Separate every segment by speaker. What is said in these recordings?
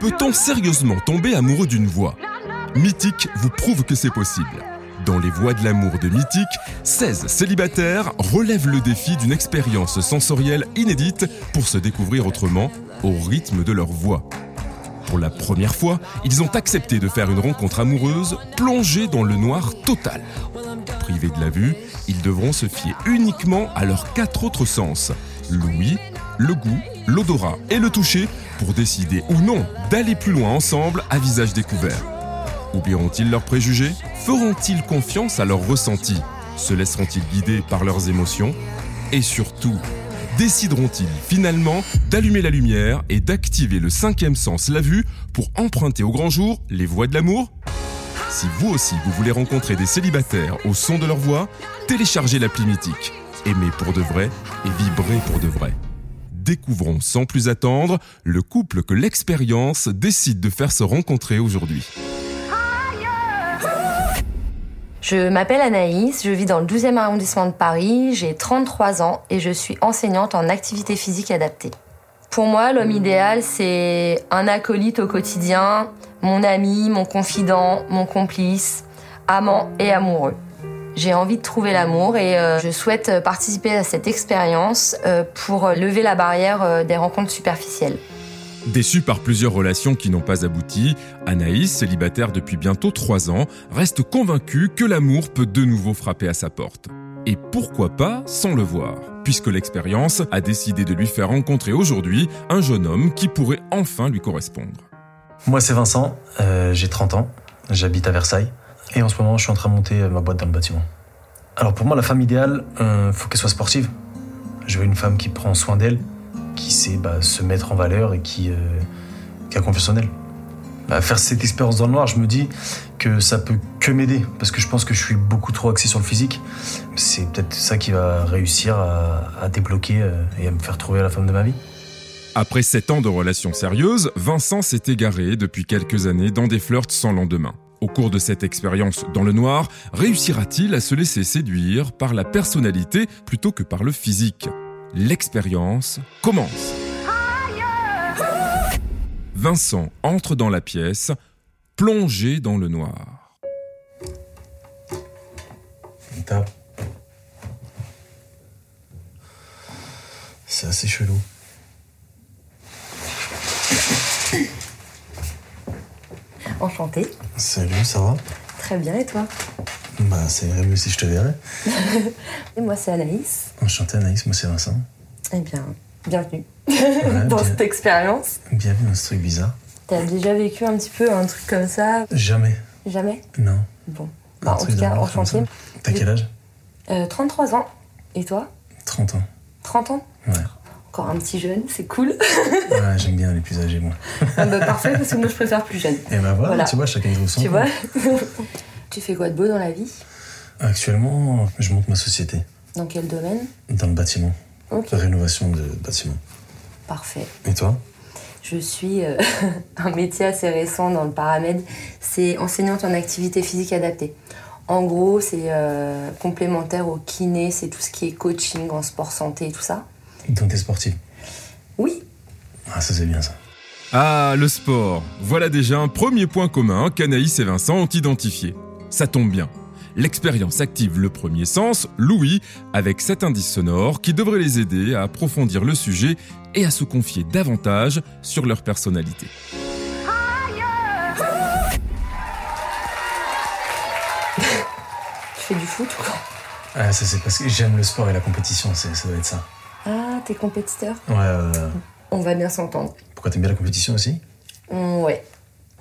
Speaker 1: Peut-on sérieusement tomber amoureux d'une voix Mythique vous prouve que c'est possible. Dans Les Voix de l'amour de Mythique, 16 célibataires relèvent le défi d'une expérience sensorielle inédite pour se découvrir autrement au rythme de leur voix. Pour la première fois, ils ont accepté de faire une rencontre amoureuse plongée dans le noir total. Privés de la vue, ils devront se fier uniquement à leurs quatre autres sens, l'ouïe, le goût, l'odorat et le toucher, pour décider ou non d'aller plus loin ensemble à visage découvert. Oublieront-ils leurs préjugés Feront-ils confiance à leurs ressentis Se laisseront-ils guider par leurs émotions Et surtout, décideront-ils finalement d'allumer la lumière et d'activer le cinquième sens, la vue, pour emprunter au grand jour les voies de l'amour Si vous aussi vous voulez rencontrer des célibataires au son de leur voix, téléchargez l'appli mythique. Aimez pour de vrai et vibrez pour de vrai. Découvrons sans plus attendre le couple que l'expérience décide de faire se rencontrer aujourd'hui.
Speaker 2: Je m'appelle Anaïs, je vis dans le 12e arrondissement de Paris, j'ai 33 ans et je suis enseignante en activité physique adaptée. Pour moi, l'homme idéal, c'est un acolyte au quotidien, mon ami, mon confident, mon complice, amant et amoureux. J'ai envie de trouver l'amour et euh, je souhaite participer à cette expérience euh, pour lever la barrière euh, des rencontres superficielles.
Speaker 1: Déçue par plusieurs relations qui n'ont pas abouti, Anaïs, célibataire depuis bientôt trois ans, reste convaincue que l'amour peut de nouveau frapper à sa porte. Et pourquoi pas sans le voir, puisque l'expérience a décidé de lui faire rencontrer aujourd'hui un jeune homme qui pourrait enfin lui correspondre.
Speaker 3: Moi, c'est Vincent, euh, j'ai 30 ans, j'habite à Versailles, et en ce moment, je suis en train de monter euh, ma boîte dans le bâtiment. Alors, pour moi, la femme idéale, euh, faut qu'elle soit sportive. Je veux une femme qui prend soin d'elle, qui sait bah, se mettre en valeur et qui, euh, qui a confiance en elle. Bah, faire cette expérience dans le noir, je me dis que ça peut que m'aider parce que je pense que je suis beaucoup trop axé sur le physique. C'est peut-être ça qui va réussir à, à débloquer euh, et à me faire trouver la femme de ma vie.
Speaker 1: Après sept ans de relations sérieuses, Vincent s'est égaré depuis quelques années dans des flirts sans lendemain. Au cours de cette expérience dans le noir, réussira-t-il à se laisser séduire par la personnalité plutôt que par le physique l'expérience commence. Vincent entre dans la pièce, plongé dans le noir.
Speaker 3: C'est assez chelou.
Speaker 2: Enchantée.
Speaker 3: Salut, ça va
Speaker 2: Très bien, et toi
Speaker 3: Bah, ça irait mieux si je te verrais.
Speaker 2: Et moi, c'est Anaïs.
Speaker 3: Enchanté Anaïs, moi c'est Vincent.
Speaker 2: Eh bien, bienvenue
Speaker 3: Ouais,
Speaker 2: dans
Speaker 3: bien-
Speaker 2: cette expérience.
Speaker 3: Bienvenue dans ce truc bizarre.
Speaker 2: T'as déjà vécu un petit peu un truc comme ça
Speaker 3: Jamais.
Speaker 2: Jamais
Speaker 3: Non.
Speaker 2: Bon.
Speaker 3: Un
Speaker 2: Bah, en
Speaker 3: truc
Speaker 2: tout cas,
Speaker 3: dans le noir comme
Speaker 2: enchantée.
Speaker 3: ça. T'as quel âge
Speaker 2: Euh, 33 ans. Et toi
Speaker 3: 30 ans.
Speaker 2: 30 ans
Speaker 3: Ouais.
Speaker 2: Encore un petit jeune, c'est cool.
Speaker 3: Ouais, j'aime bien les plus âgés, moi.
Speaker 2: Ah bah, parfait, parce que moi, je préfère plus jeune.
Speaker 3: Et bah voilà,
Speaker 2: Voilà.
Speaker 3: tu vois, chacun trouve son.
Speaker 2: Tu
Speaker 3: compte.
Speaker 2: vois Tu fais quoi de beau dans la vie
Speaker 3: Actuellement, je monte ma société
Speaker 2: Dans quel domaine
Speaker 3: dans le bâtiment.
Speaker 2: Ok,
Speaker 3: Rénovation de bâtiment.
Speaker 2: parfait.
Speaker 3: Et toi
Speaker 2: Je suis euh, un métier assez récent dans le paramètre, c'est enseignante en activité physique adaptée. En gros, c'est euh, complémentaire au kiné, c'est tout ce qui est coaching en sport santé et tout ça.
Speaker 3: Donc t'es sportive.
Speaker 2: Oui,
Speaker 3: Ah, ça c'est bien ça.
Speaker 1: Ah, le sport Voilà déjà un premier point commun qu'Anaïs et Vincent ont identifié. Ça tombe bien. L'expérience active le premier sens, l'ouïe, avec cet indice sonore qui devrait les aider à approfondir le sujet et à se confier davantage sur leur personnalité.
Speaker 2: tu fais du foot ou quoi
Speaker 3: Ah, ça c'est parce que j'aime le sport et la compétition, c'est- ça doit être ça.
Speaker 2: Ah, t'es compétiteur
Speaker 3: Ouais, ouais, ouais.
Speaker 2: On va bien s'entendre.
Speaker 3: Pourquoi t'aimes bien la compétition aussi
Speaker 2: Hum, ouais.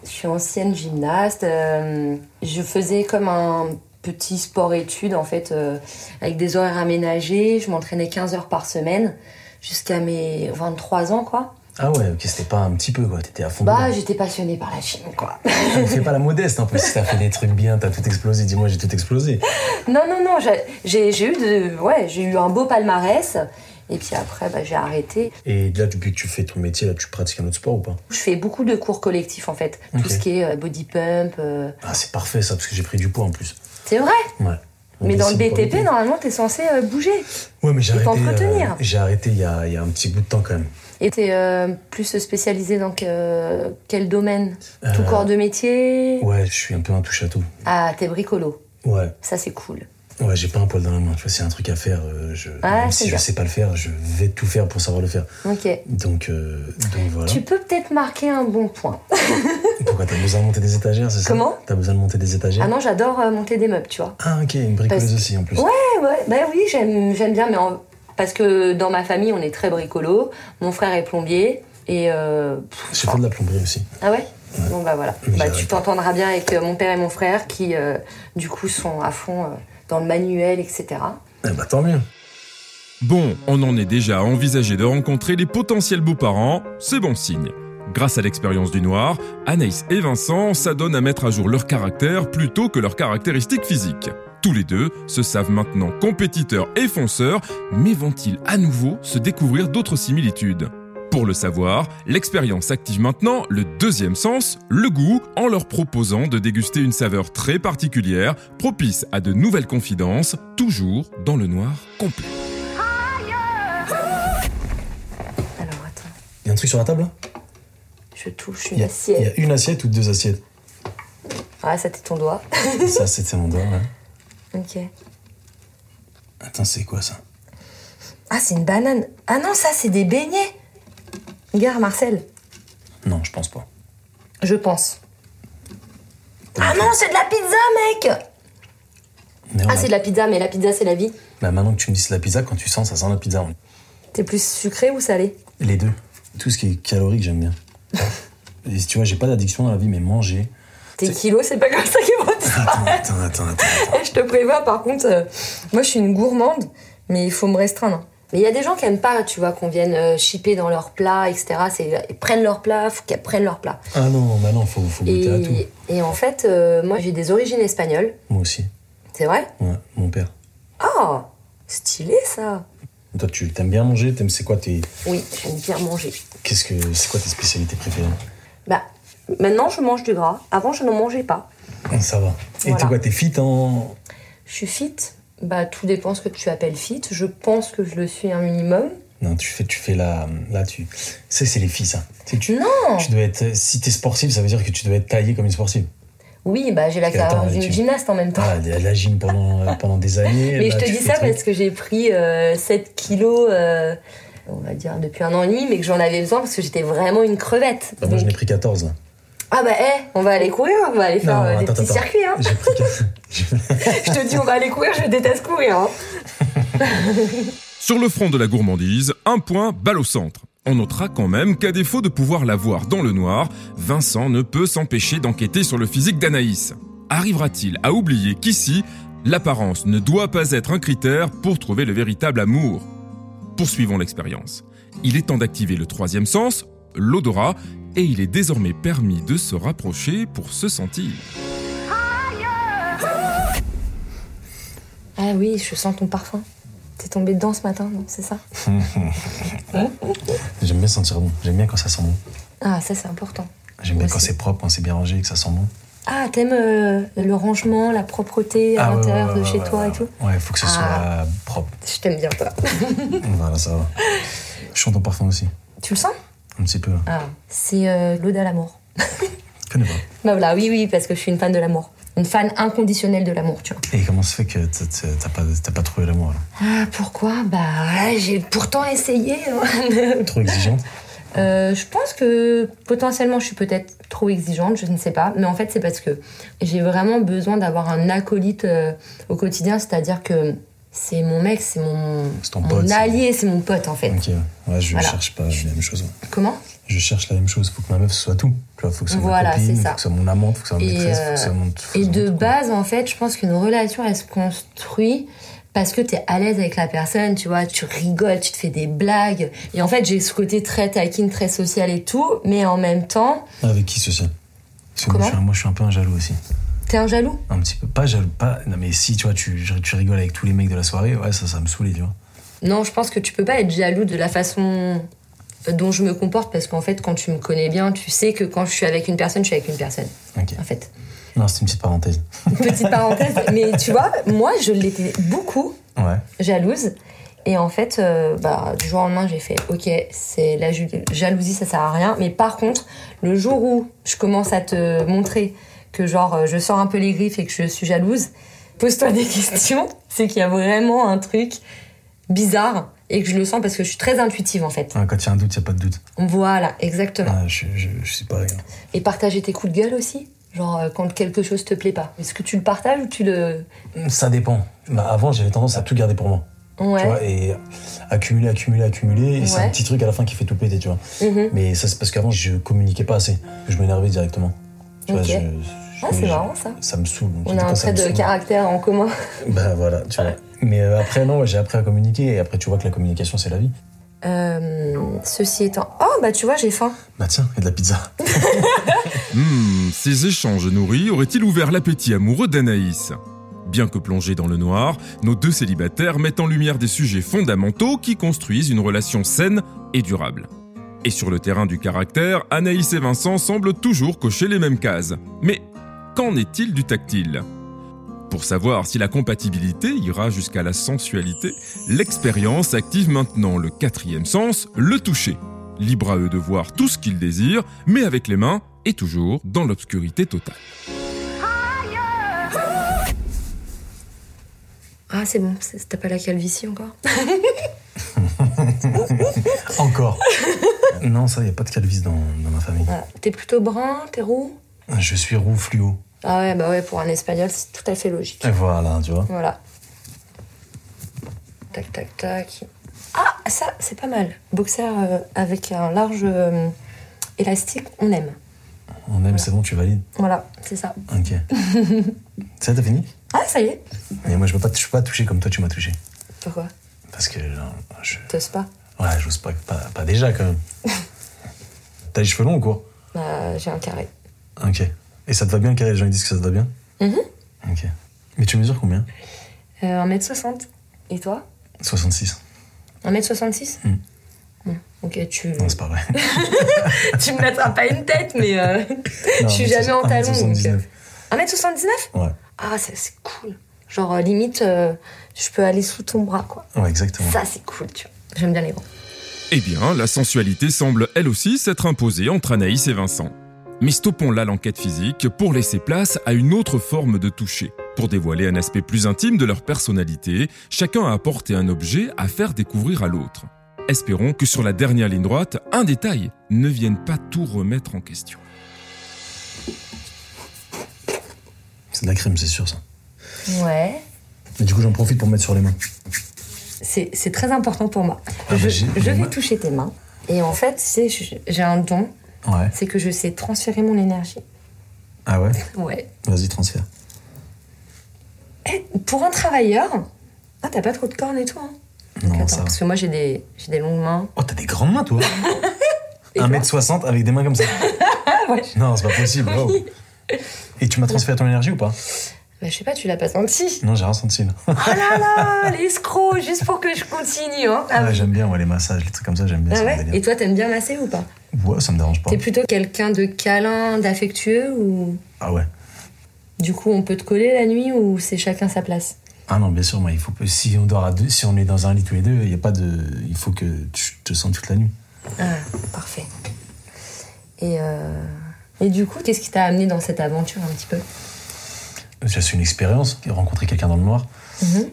Speaker 2: Je suis ancienne gymnaste. euh, je faisais comme un petit sport-études, en fait, euh, avec des horaires aménagés. Je m'entraînais 15 heures par semaine jusqu'à mes 23 ans, quoi.
Speaker 3: Ah ouais, ok, c'était pas un petit peu quoi, t'étais à fond.
Speaker 2: Bah,
Speaker 3: dedans.
Speaker 2: j'étais passionnée par la Chine, quoi.
Speaker 3: Ah, mais Fais pas la modeste un peu, si t'as fait des trucs bien, t'as tout explosé, dis-moi j'ai tout explosé.
Speaker 2: Non, non, non, j'ai- j'ai j'ai eu, de, ouais, j'ai eu un beau palmarès. Et puis après, bah, j'ai arrêté.
Speaker 3: Et là, depuis que tu fais ton métier, là, tu pratiques un autre sport ou pas
Speaker 2: Je fais beaucoup de cours collectifs, en fait. Tout
Speaker 3: Ok.
Speaker 2: ce qui est euh, body pump. euh,
Speaker 3: Ah, c'est parfait ça, parce que j'ai pris du poids en plus.
Speaker 2: C'est vrai
Speaker 3: Ouais. On
Speaker 2: Mais dans le
Speaker 3: dessine pour
Speaker 2: BTP,
Speaker 3: l'été.
Speaker 2: normalement, t'es censé euh, bouger.
Speaker 3: Ouais, mais j'ai
Speaker 2: il
Speaker 3: arrêté.
Speaker 2: faut
Speaker 3: euh,
Speaker 2: entretenir.
Speaker 3: j'ai arrêté il y a, il y a un petit bout de temps quand même.
Speaker 2: Et t'es euh, plus spécialisé dans que- quel domaine Tout
Speaker 3: Euh,
Speaker 2: corps de métier
Speaker 3: Ouais, je suis un peu un touche à tout.
Speaker 2: Ah, t'es bricolo.
Speaker 3: Ouais,
Speaker 2: Ça, c'est cool.
Speaker 3: ouais, j'ai pas un poil dans la main. Tu vois, s'il y a un truc à faire, euh, je,
Speaker 2: Ah,
Speaker 3: même
Speaker 2: c'est
Speaker 3: si je
Speaker 2: bien.
Speaker 3: sais pas le faire, je vais tout faire pour savoir le faire.
Speaker 2: Ok.
Speaker 3: Donc, euh, donc voilà.
Speaker 2: Tu peux peut-être marquer un bon point.
Speaker 3: Pourquoi t'as besoin de monter des étagères, c'est ça
Speaker 2: Comment
Speaker 3: T'as besoin de monter des étagères
Speaker 2: Ah non, j'adore euh, monter des meubles, tu vois.
Speaker 3: Ah, ok, une bricoleuse
Speaker 2: Parce que-
Speaker 3: aussi en plus.
Speaker 2: Ouais, ouais, bah oui, j'aime j'aime bien, mais en- parce que dans ma famille, on est très bricolo. Mon frère est plombier. Et. euh, pff,
Speaker 3: J'ai fait de la plomberie aussi.
Speaker 2: Ah ouais Bon bah voilà.
Speaker 3: Mais
Speaker 2: Bah,
Speaker 3: j'arrête
Speaker 2: tu
Speaker 3: pas.
Speaker 2: t'entendras bien avec euh, mon père et mon frère qui euh, du coup sont à fond euh, dans le manuel, etc.
Speaker 3: Eh bah tant mieux.
Speaker 1: Bon, on en est déjà à envisager de rencontrer les potentiels beaux-parents, c'est bon signe. Grâce à l'expérience du noir, Anaïs et Vincent s'adonnent à mettre à jour leur caractère plutôt que leurs caractéristiques physiques. Tous les deux se savent maintenant compétiteurs et fonceurs, mais vont-ils à nouveau se découvrir d'autres similitudes Pour le savoir, l'expérience active maintenant le deuxième sens, le goût, en leur proposant de déguster une saveur très particulière, propice à de nouvelles confidences, toujours dans le noir complet.
Speaker 2: Alors attends,
Speaker 3: Y a un truc sur la table là
Speaker 2: je touche
Speaker 3: Il
Speaker 2: une
Speaker 3: y, a- y
Speaker 2: assiette.
Speaker 3: a une assiette ou deux assiettes
Speaker 2: Ah ça t'es ton doigt.
Speaker 3: Ça, c'est mon doigt, ouais.
Speaker 2: ok.
Speaker 3: Attends, c'est quoi ça
Speaker 2: Ah c'est une banane. Ah non ça c'est des beignets. Regarde Marcel,
Speaker 3: Non, je pense pas.
Speaker 2: je pense.
Speaker 3: T'as
Speaker 2: Ah
Speaker 3: vu
Speaker 2: non c'est de la pizza mec
Speaker 3: Mais on
Speaker 2: Ah
Speaker 3: a-
Speaker 2: c'est de la pizza mais la pizza c'est la vie.
Speaker 3: Bah, maintenant que tu me dis c'est la pizza, quand tu sens, ça sent la pizza. hein.
Speaker 2: T'es plus sucré ou salé
Speaker 3: Les deux. Tout ce qui est calorique, j'aime bien. Et tu vois, j'ai pas d'addiction dans la vie, mais manger.
Speaker 2: Tes kilos c'est pas comme ça qu'ils vont disparaître.
Speaker 3: Attends, attends, attends, attends.
Speaker 2: Eh, je te prévois, par contre, euh, moi je suis une gourmande, mais il faut me restreindre. Mais il y a des gens qui aiment pas, tu vois, qu'on vienne euh, chipper dans leur plat, etc. C'est- Ils prennent leur plat, faut qu'elles prennent leur plat.
Speaker 3: Ah non, bah non, faut, faut goûter à tout.
Speaker 2: Et, et en fait, euh, moi j'ai des origines espagnoles,
Speaker 3: Moi aussi.
Speaker 2: c'est vrai
Speaker 3: Ouais, mon père.
Speaker 2: Oh, stylé ça
Speaker 3: Toi, tu t'aimes bien manger T'aimes, c'est quoi tes.
Speaker 2: Oui, j'aime bien manger.
Speaker 3: Qu'est-ce que. C'est quoi tes spécialités préférées
Speaker 2: Bah, maintenant je mange du gras, avant je n'en mangeais pas.
Speaker 3: Ah, Ça va. Et t'es
Speaker 2: Voilà.
Speaker 3: quoi T'es fit en.
Speaker 2: Je suis fit, bah tout dépend ce que tu appelles fit, je pense que je le suis un minimum.
Speaker 3: Non, tu fais, tu fais la. Là, tu. Ça, c'est les filles, ça. C'est que tu.
Speaker 2: Non
Speaker 3: Tu dois être. Si t'es sportive, ça veut dire que tu dois être taillé comme une sportive.
Speaker 2: Oui, bah j'ai la
Speaker 3: Parce que, attends,
Speaker 2: carrière
Speaker 3: mais
Speaker 2: d'une
Speaker 3: tu-
Speaker 2: gymnaste en même temps.
Speaker 3: Ah, elle est à la gym pendant, euh, pendant des années.
Speaker 2: Mais
Speaker 3: là,
Speaker 2: je te
Speaker 3: tu
Speaker 2: dis
Speaker 3: fais
Speaker 2: ça
Speaker 3: le truc.
Speaker 2: parce que j'ai pris euh, 7 kilos, euh, on va dire, depuis un an et demi, mais que j'en avais besoin parce que j'étais vraiment une crevette.
Speaker 3: Bah, moi, j'en ai
Speaker 2: Donc-
Speaker 3: pris 14, là.
Speaker 2: Ah bah, hé, on va aller courir, on va aller faire
Speaker 3: Non,
Speaker 2: euh, des
Speaker 3: attends,
Speaker 2: petits
Speaker 3: attends.
Speaker 2: circuits. Hein.
Speaker 3: J'ai pris 14. J'ai-
Speaker 2: je te dis, on va aller courir, je déteste courir. hein.
Speaker 1: Sur le front de la gourmandise, un point balle au centre. On notera quand même qu'à défaut de pouvoir la voir dans le noir, Vincent ne peut s'empêcher d'enquêter sur le physique d'Anaïs. Arrivera-t-il à oublier qu'ici, l'apparence ne doit pas être un critère pour trouver le véritable amour Poursuivons l'expérience. Il est temps d'activer le troisième sens, l'odorat, et il est désormais permis de se rapprocher pour se sentir.
Speaker 2: Ah oui, je sens ton parfum. T'es tombée dedans ce matin, non C'est ça
Speaker 3: J'aime bien sentir bon. J'aime bien quand ça sent bon.
Speaker 2: Ah, ça c'est important.
Speaker 3: J'aime bien
Speaker 2: Moi
Speaker 3: quand
Speaker 2: aussi.
Speaker 3: c'est propre, quand c'est bien rangé et que ça sent bon.
Speaker 2: Ah, t'aimes euh, le rangement, la propreté à
Speaker 3: Ah, ouais,
Speaker 2: l'intérieur
Speaker 3: ouais,
Speaker 2: de
Speaker 3: ouais,
Speaker 2: chez
Speaker 3: ouais,
Speaker 2: toi
Speaker 3: ouais.
Speaker 2: et tout
Speaker 3: Ouais, faut que ce
Speaker 2: Ah.
Speaker 3: soit propre.
Speaker 2: Je t'aime bien, toi.
Speaker 3: voilà, ça va. Je sens ton parfum aussi.
Speaker 2: tu le sens
Speaker 3: Un petit peu. là.
Speaker 2: Ah. C'est euh, l'ode à l'amour.
Speaker 3: Je connais pas.
Speaker 2: Bah voilà, oui, oui, parce que je suis une fan de l'amour. Une fan inconditionnelle de l'amour, tu vois.
Speaker 3: Et comment se fait que t'as- t'as t'as pas, t'as pas trouvé l'amour alors
Speaker 2: Ah, pourquoi Bah, ouais, j'ai pourtant essayé. hein.
Speaker 3: Trop exigeante
Speaker 2: Euh, je pense que potentiellement, je suis peut-être trop exigeante, je ne sais pas. Mais en fait, c'est parce que j'ai vraiment besoin d'avoir un acolyte euh, au quotidien, c'est-à-dire que c'est mon mec, c'est mon,
Speaker 3: C'est ton
Speaker 2: mon
Speaker 3: pote, c'est-
Speaker 2: allié, c'est mon pote, en fait.
Speaker 3: Ok, ouais. Ouais, je
Speaker 2: Voilà.
Speaker 3: cherche pas je veux la même chose. ouais.
Speaker 2: Comment
Speaker 3: Je cherche la même chose. Faut que ma meuf soit tout. Tu vois, faut que ce soit
Speaker 2: Voilà,
Speaker 3: ma copine,
Speaker 2: c'est ça.
Speaker 3: faut que ce soit mon amante, faut que ce soit ma
Speaker 2: Et,
Speaker 3: maîtresse,
Speaker 2: euh,
Speaker 3: faut que ce soit mon. faut que
Speaker 2: Et
Speaker 3: ce soit
Speaker 2: de
Speaker 3: mon-
Speaker 2: base, en fait, je pense qu'une relation, elle se construit parce que t'es à l'aise avec la personne, tu vois, tu rigoles, tu te fais des blagues. Et en fait, j'ai ce côté très taquine, très social et tout, mais en même temps,
Speaker 3: Avec qui ceci Parce que moi
Speaker 2: Comment
Speaker 3: je, suis un, moi je suis un peu un jaloux aussi.
Speaker 2: t'es un jaloux.
Speaker 3: Un petit peu. Pas jaloux, pas. Non mais si tu vois, tu, tu rigoles avec tous les mecs de la soirée, ouais, ça, ça me saoulait, tu vois.
Speaker 2: Non, je pense que tu peux pas être jaloux de la façon dont je me comporte parce qu'en fait, quand tu me connais bien, tu sais que quand je suis avec une personne, je suis avec une personne,
Speaker 3: Ok.
Speaker 2: en fait.
Speaker 3: Non, c'est une petite parenthèse.
Speaker 2: Petite parenthèse, mais tu vois, moi je l'étais beaucoup
Speaker 3: Ouais.
Speaker 2: jalouse. Et en fait, euh, bah, du jour au lendemain, j'ai fait Ok, c'est la ju- jalousie, ça sert à rien. Mais par contre, le jour où je commence à te montrer que, genre, euh, je sors un peu les griffes et que je suis jalouse, pose-toi des questions. C'est qu'il y a vraiment un truc bizarre et que je le sens parce que je suis très intuitive en fait.
Speaker 3: Ouais, quand il y a un doute, il n'y a pas de doute.
Speaker 2: Voilà, exactement.
Speaker 3: Ah, je, je, je hein. sais pas. les gars.
Speaker 2: Et partager tes coups de gueule aussi. Genre, euh, quand quelque chose te plaît pas. Est-ce que tu le partages ou tu le.
Speaker 3: Ça dépend. Bah, avant, j'avais tendance à tout garder pour moi.
Speaker 2: Ouais.
Speaker 3: Tu vois, et accumuler, accumuler, accumuler. Et c'est
Speaker 2: Ouais.
Speaker 3: un petit truc à la fin qui fait tout péter, tu vois.
Speaker 2: Mhm.
Speaker 3: Mais ça, c'est parce qu'avant, je communiquais pas assez. Je m'énervais directement. Tu vois,
Speaker 2: Ok.
Speaker 3: je, je-
Speaker 2: Ah, c'est
Speaker 3: je-
Speaker 2: marrant ça.
Speaker 3: Ça me saoule. donc
Speaker 2: On
Speaker 3: des
Speaker 2: a un
Speaker 3: fois, ça
Speaker 2: trait
Speaker 3: me
Speaker 2: de
Speaker 3: saoule.
Speaker 2: caractère en commun.
Speaker 3: Bah voilà, tu vois. Mais euh, après, non, ouais, j'ai appris à communiquer. Et après, tu vois que la communication, c'est la vie.
Speaker 2: Euh, ceci étant. Oh, bah tu vois, j'ai faim.
Speaker 3: Bah tiens, il y a de la pizza.
Speaker 1: Hmm, ces échanges nourris auraient-ils ouvert l'appétit amoureux d'Anaïs Bien que plongés dans le noir, nos deux célibataires mettent en lumière des sujets fondamentaux qui construisent une relation saine et durable. Et sur le terrain du caractère, Anaïs et Vincent semblent toujours cocher les mêmes cases. Mais qu'en est-il du tactile Pour savoir si la compatibilité ira jusqu'à la sensualité, l'expérience active maintenant le quatrième sens, le toucher. Libre à eux de voir tout ce qu'ils désirent, mais avec les mains et toujours dans l'obscurité totale.
Speaker 2: Ah, c'est bon, c'est- t'as pas la calvitie encore
Speaker 3: Encore. non, ça, il n'y a pas de calvis dans, dans ma famille.
Speaker 2: Voilà. Euh, T'es plutôt brun, t'es roux
Speaker 3: Je suis roux fluo.
Speaker 2: Ah ouais, bah ouais, pour un espagnol, c'est tout à fait logique.
Speaker 3: Et voilà, tu vois.
Speaker 2: Voilà. Tac, tac, tac. Ah, ça, c'est pas mal. Boxer euh, avec un large euh, élastique, on aime.
Speaker 3: On aime, c'est bon, tu valides.
Speaker 2: Voilà, c'est ça.
Speaker 3: Ok. ça, t'as fini
Speaker 2: Ah, ça y est
Speaker 3: Mais moi, je peux pas, je peux pas toucher comme toi, tu m'as touché.
Speaker 2: Pourquoi
Speaker 3: Parce que genre, je.
Speaker 2: T'oses pas
Speaker 3: Ouais, j'ose pas, pas, pas déjà quand même. T'as les cheveux longs ou quoi
Speaker 2: Bah, j'ai un carré.
Speaker 3: Ok. Et ça te va bien, Carré Les gens ils disent que ça te va bien
Speaker 2: Mhm.
Speaker 3: Ok. Mais tu mesures combien
Speaker 2: Euh, 1m60. Et toi
Speaker 3: 66.
Speaker 2: 1m66
Speaker 3: Mm.
Speaker 2: Mm. Ok, tu,
Speaker 3: Non, c'est pas vrai.
Speaker 2: tu me mettras pas une tête, mais euh, je suis jamais en talons. donc, euh,
Speaker 3: 79.
Speaker 2: 1m79
Speaker 3: Ouais.
Speaker 2: Ah, c'est c'est cool. Genre, euh, limite, euh, je peux aller sous ton bras, quoi.
Speaker 3: ouais, exactement.
Speaker 2: Ça, c'est cool, tu vois. J'aime bien les grands.
Speaker 1: Eh bien, la sensualité semble elle aussi s'être imposée entre Anaïs et Vincent. Mais stoppons là l'enquête physique pour laisser place à une autre forme de toucher. Pour dévoiler un aspect plus intime de leur personnalité, chacun a apporté un objet à faire découvrir à l'autre. Espérons que sur la dernière ligne droite, un détail ne vienne pas tout remettre en question.
Speaker 3: C'est de la crème, c'est sûr, ça.
Speaker 2: Ouais.
Speaker 3: Et du coup, j'en profite pour me mettre sur les mains.
Speaker 2: C'est c'est très important pour moi.
Speaker 3: Ah,
Speaker 2: je
Speaker 3: mais j'ai-
Speaker 2: je
Speaker 3: moi-
Speaker 2: vais toucher tes mains. Et en fait, tu sais, je- j'ai un don,
Speaker 3: Ouais.
Speaker 2: c'est que je sais transférer mon énergie.
Speaker 3: Ah ouais
Speaker 2: Ouais.
Speaker 3: Vas-y, transfert.
Speaker 2: Eh, pour un travailleur... Ah, t'as pas trop de cornes et tout, hein
Speaker 3: Non,
Speaker 2: Attends,
Speaker 3: ça. va.
Speaker 2: parce que moi, j'ai des, j'ai des longues mains.
Speaker 3: Oh, t'as des grandes mains, toi
Speaker 2: Et
Speaker 3: 1m60 avec des mains comme ça.
Speaker 2: Ouais.
Speaker 3: Non, c'est pas possible. wow. Et tu m'as transféré ton énergie ou pas
Speaker 2: Bah, je sais pas, tu l'as pas senti.
Speaker 3: Non, j'ai rien senti. là.
Speaker 2: Oh là là, l'escroc, juste pour que je continue. Hein. Ah,
Speaker 3: Ouais, j'aime bien ouais, les massages, les trucs comme ça, j'aime bien.
Speaker 2: ah
Speaker 3: c'est mon
Speaker 2: ouais
Speaker 3: délire.
Speaker 2: Et toi, t'aimes bien masser ou pas
Speaker 3: Ouais, ça me dérange pas.
Speaker 2: T'es plutôt quelqu'un de câlin, d'affectueux ou
Speaker 3: Ah ouais.
Speaker 2: du coup on peut te coller la nuit ou c'est chacun sa place
Speaker 3: Ah non, bien sûr, moi, il faut que- si on dort à deux, si on est dans un lit tous les deux, il y a pas de, il faut que tu te sens toute la nuit.
Speaker 2: Ah, parfait. Et, euh, Et du coup, qu'est-ce qui t'a amené dans cette aventure un petit peu
Speaker 3: Ça, C'est une expérience. Rencontrer quelqu'un dans le noir,
Speaker 2: Mhm.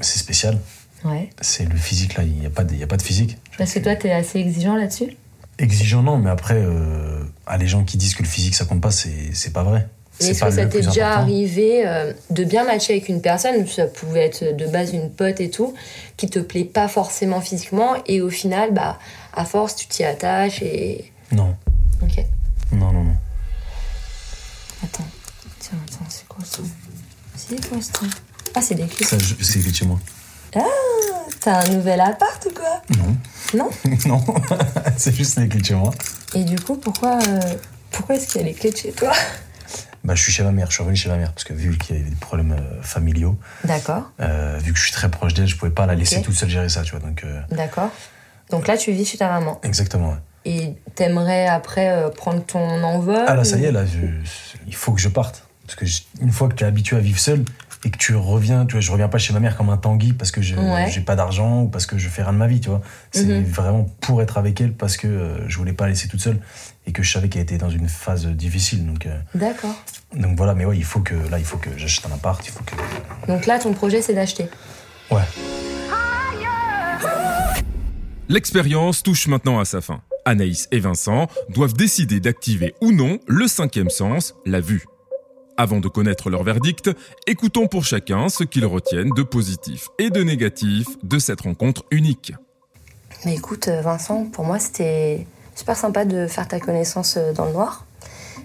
Speaker 3: c'est spécial.
Speaker 2: Ouais.
Speaker 3: C'est le physique là, il y a pas, de, il y a pas de physique.
Speaker 2: Parce que toi, t'es assez exigeant là-dessus
Speaker 3: Exigeant non, mais après, euh, à les gens qui disent que le physique ça compte pas, c'est c'est pas vrai.
Speaker 2: Mais
Speaker 3: C'est
Speaker 2: Est-ce
Speaker 3: pas
Speaker 2: que ça
Speaker 3: le
Speaker 2: t'est
Speaker 3: plus
Speaker 2: déjà
Speaker 3: important.
Speaker 2: arrivé euh, de bien matcher avec une personne, ça pouvait être de base une pote et tout, qui te plaît pas forcément physiquement et au final, bah, à force, tu t'y attaches et.
Speaker 3: Non,
Speaker 2: Ok.
Speaker 3: non, non, non.
Speaker 2: Attends. Tiens, attends, c'est quoi ça C'est quoi ça Ah, c'est des clips.
Speaker 3: Ça, je- c'est vite chez moi.
Speaker 2: T'as un nouvel appart ou quoi
Speaker 3: Non.
Speaker 2: Non
Speaker 3: Non, c'est juste les clés de chez moi.
Speaker 2: Et du coup, pourquoi, euh, pourquoi est-ce qu'il y a les clés de chez toi
Speaker 3: Bah, je suis chez ma mère, je suis revenu chez ma mère, parce que vu qu'il y avait des problèmes euh, familiaux,
Speaker 2: D'accord,
Speaker 3: euh, vu que je suis très proche d'elle, je pouvais pas la laisser
Speaker 2: Ok.
Speaker 3: toute seule gérer ça, tu vois. Donc, euh,
Speaker 2: d'accord. Donc là, tu vis chez ta maman.
Speaker 3: exactement. ouais.
Speaker 2: Et t'aimerais après euh, prendre ton envol
Speaker 3: Ah là, ça y
Speaker 2: ou-
Speaker 3: est, là, je- il faut que je parte. Parce que je- une fois que tu es habitué à vivre seul et que tu reviens, tu vois, je reviens pas chez ma mère comme un tanguy parce que je- j'ai
Speaker 2: Ouais.
Speaker 3: pas d'argent ou parce que je fais rien de ma vie, tu vois. C'est
Speaker 2: Mhm.
Speaker 3: vraiment pour être avec elle parce que euh, je voulais pas la laisser toute seule et que je savais qu'elle était dans une phase difficile. Donc, euh,
Speaker 2: D'accord.
Speaker 3: donc voilà, mais ouais, il faut que là, il faut que j'achète un appart, il faut que.
Speaker 2: Donc là, ton projet, c'est d'acheter.
Speaker 3: Ouais.
Speaker 1: L'expérience touche maintenant à sa fin. Anaïs et Vincent doivent décider d'activer ou non le cinquième sens, la vue. Avant de connaître leur verdict, écoutons pour chacun ce qu'ils retiennent de positif et de négatif de cette rencontre unique.
Speaker 2: Mais écoute, euh, Vincent, pour moi, c'était super sympa de faire ta connaissance euh, dans le noir.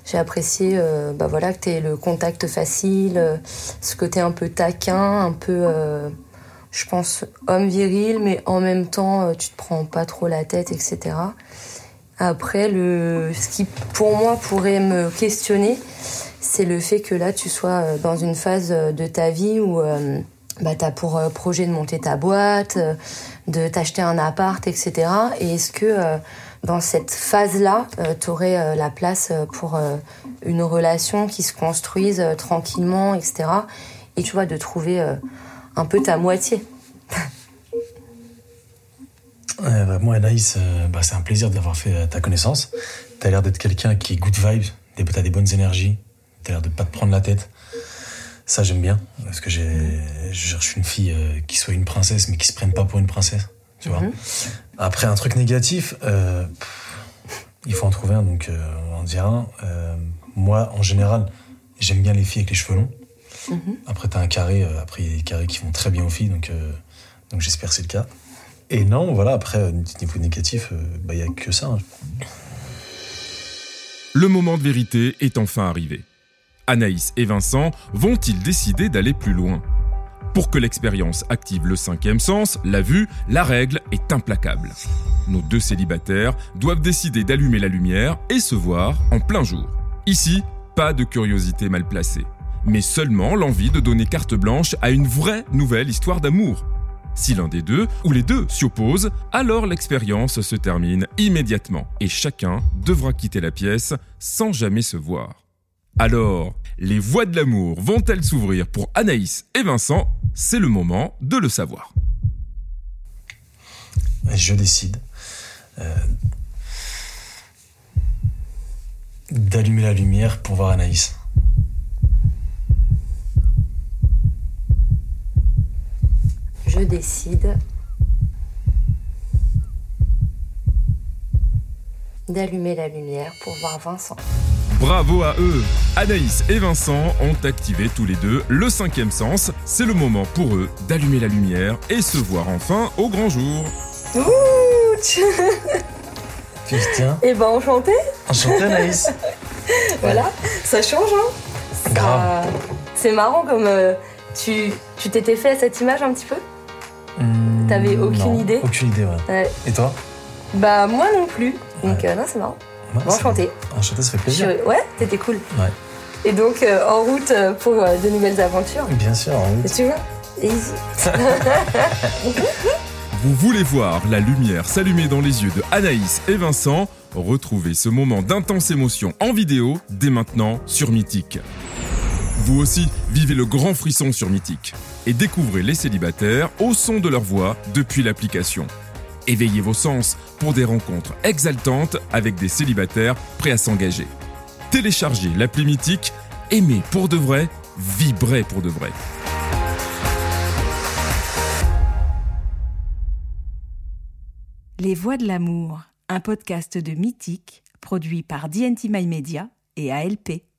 Speaker 2: J'ai apprécié euh, bah voilà, que tu le contact facile, euh, ce côté un peu taquin, un peu, euh, je pense, homme viril, mais en même temps, euh, tu te prends pas trop la tête, etc. Après, le, ce qui, pour moi, pourrait me questionner, c'est le fait que là, tu sois euh, dans une phase euh, de ta vie où euh, bah, tu as pour euh, projet de monter ta boîte, euh, de t'acheter un appart, etc. Et est-ce que euh, dans cette phase-là, tu aurais la place euh, pour euh, une relation qui se construise euh, tranquillement, etc. Et tu vois, de trouver euh, un peu ta moitié.
Speaker 3: Ouais, bah, moi, Anaïs, euh, bah, c'est un plaisir d'avoir fait euh, ta connaissance. T'as l'air d'être quelqu'un qui est good vibes, des- t'as des bonnes énergies, t'as l'air de pas te prendre la tête. Ça, j'aime bien, parce que j'ai, je cherche une fille euh, qui soit une princesse, mais qui se prenne pas pour une princesse, tu vois. Après, un truc négatif, euh, pff, il faut en trouver un, donc euh, on en dira un. Euh, moi, en général, j'aime bien les filles avec les cheveux longs. Après, t'as un carré, euh, après, il y a des carrés qui vont très bien aux filles, donc, euh, donc j'espère que c'est le cas. Et non, voilà, après, euh, niveau négatif, il bah, n'y a que ça. hein.
Speaker 1: Le moment de vérité est enfin arrivé. Anaïs et Vincent vont-ils décider d'aller plus loin Pour que l'expérience active le cinquième sens, la vue, la règle est implacable. Nos deux célibataires doivent décider d'allumer la lumière et se voir en plein jour. Ici, pas de curiosité mal placée, mais seulement l'envie de donner carte blanche à une vraie nouvelle histoire d'amour. Si l'un des deux ou les deux s'y opposent, alors l'expérience se termine immédiatement et chacun devra quitter la pièce sans jamais se voir. Alors, les voies de l'amour vont-elles s'ouvrir pour Anaïs et Vincent C'est le moment de le savoir.
Speaker 3: Et Je décide euh, d'allumer la lumière pour voir Anaïs.
Speaker 2: Je décide d'allumer la lumière pour voir Vincent.
Speaker 1: Bravo à eux Anaïs et Vincent ont activé tous les deux le cinquième sens. C'est le moment pour eux d'allumer la lumière et se voir enfin au grand jour.
Speaker 3: Putain,
Speaker 2: Et ben enchanté,
Speaker 3: enchanté Anaïs
Speaker 2: voilà, ça change hein Ça-
Speaker 3: Grave.
Speaker 2: C'est marrant comme euh, tu tu t'étais fait à cette image un petit peu
Speaker 3: Hmm,
Speaker 2: T'avais aucune
Speaker 3: non,
Speaker 2: idée
Speaker 3: Aucune idée, ouais.
Speaker 2: Ouais.
Speaker 3: Et toi
Speaker 2: Bah moi non plus. Donc euh, non c'est marrant.
Speaker 3: Ouais,
Speaker 2: Bon,
Speaker 3: ça-
Speaker 2: enchanté.
Speaker 3: Enchanté, ça fait
Speaker 2: Je-
Speaker 3: plaisir.
Speaker 2: Ouais, t'étais cool.
Speaker 3: Ouais.
Speaker 2: Et donc euh, en route euh, pour euh, de nouvelles aventures.
Speaker 3: Bien sûr, en route.
Speaker 2: Et tu vois Easy.
Speaker 1: Vous voulez voir la lumière s'allumer dans les yeux de Anaïs et Vincent Retrouvez ce moment d'intense émotion en vidéo dès maintenant sur Mythique. Vous aussi, vivez le grand frisson sur Mythique et découvrez les célibataires au son de leur voix depuis l'application. Éveillez vos sens pour des rencontres exaltantes avec des célibataires prêts à s'engager. Téléchargez l'appli Mythique, aimez pour de vrai, vibrez pour de vrai.
Speaker 4: Les Voix de l'amour, un podcast de Mythique, produit par DNT My Media et ALP.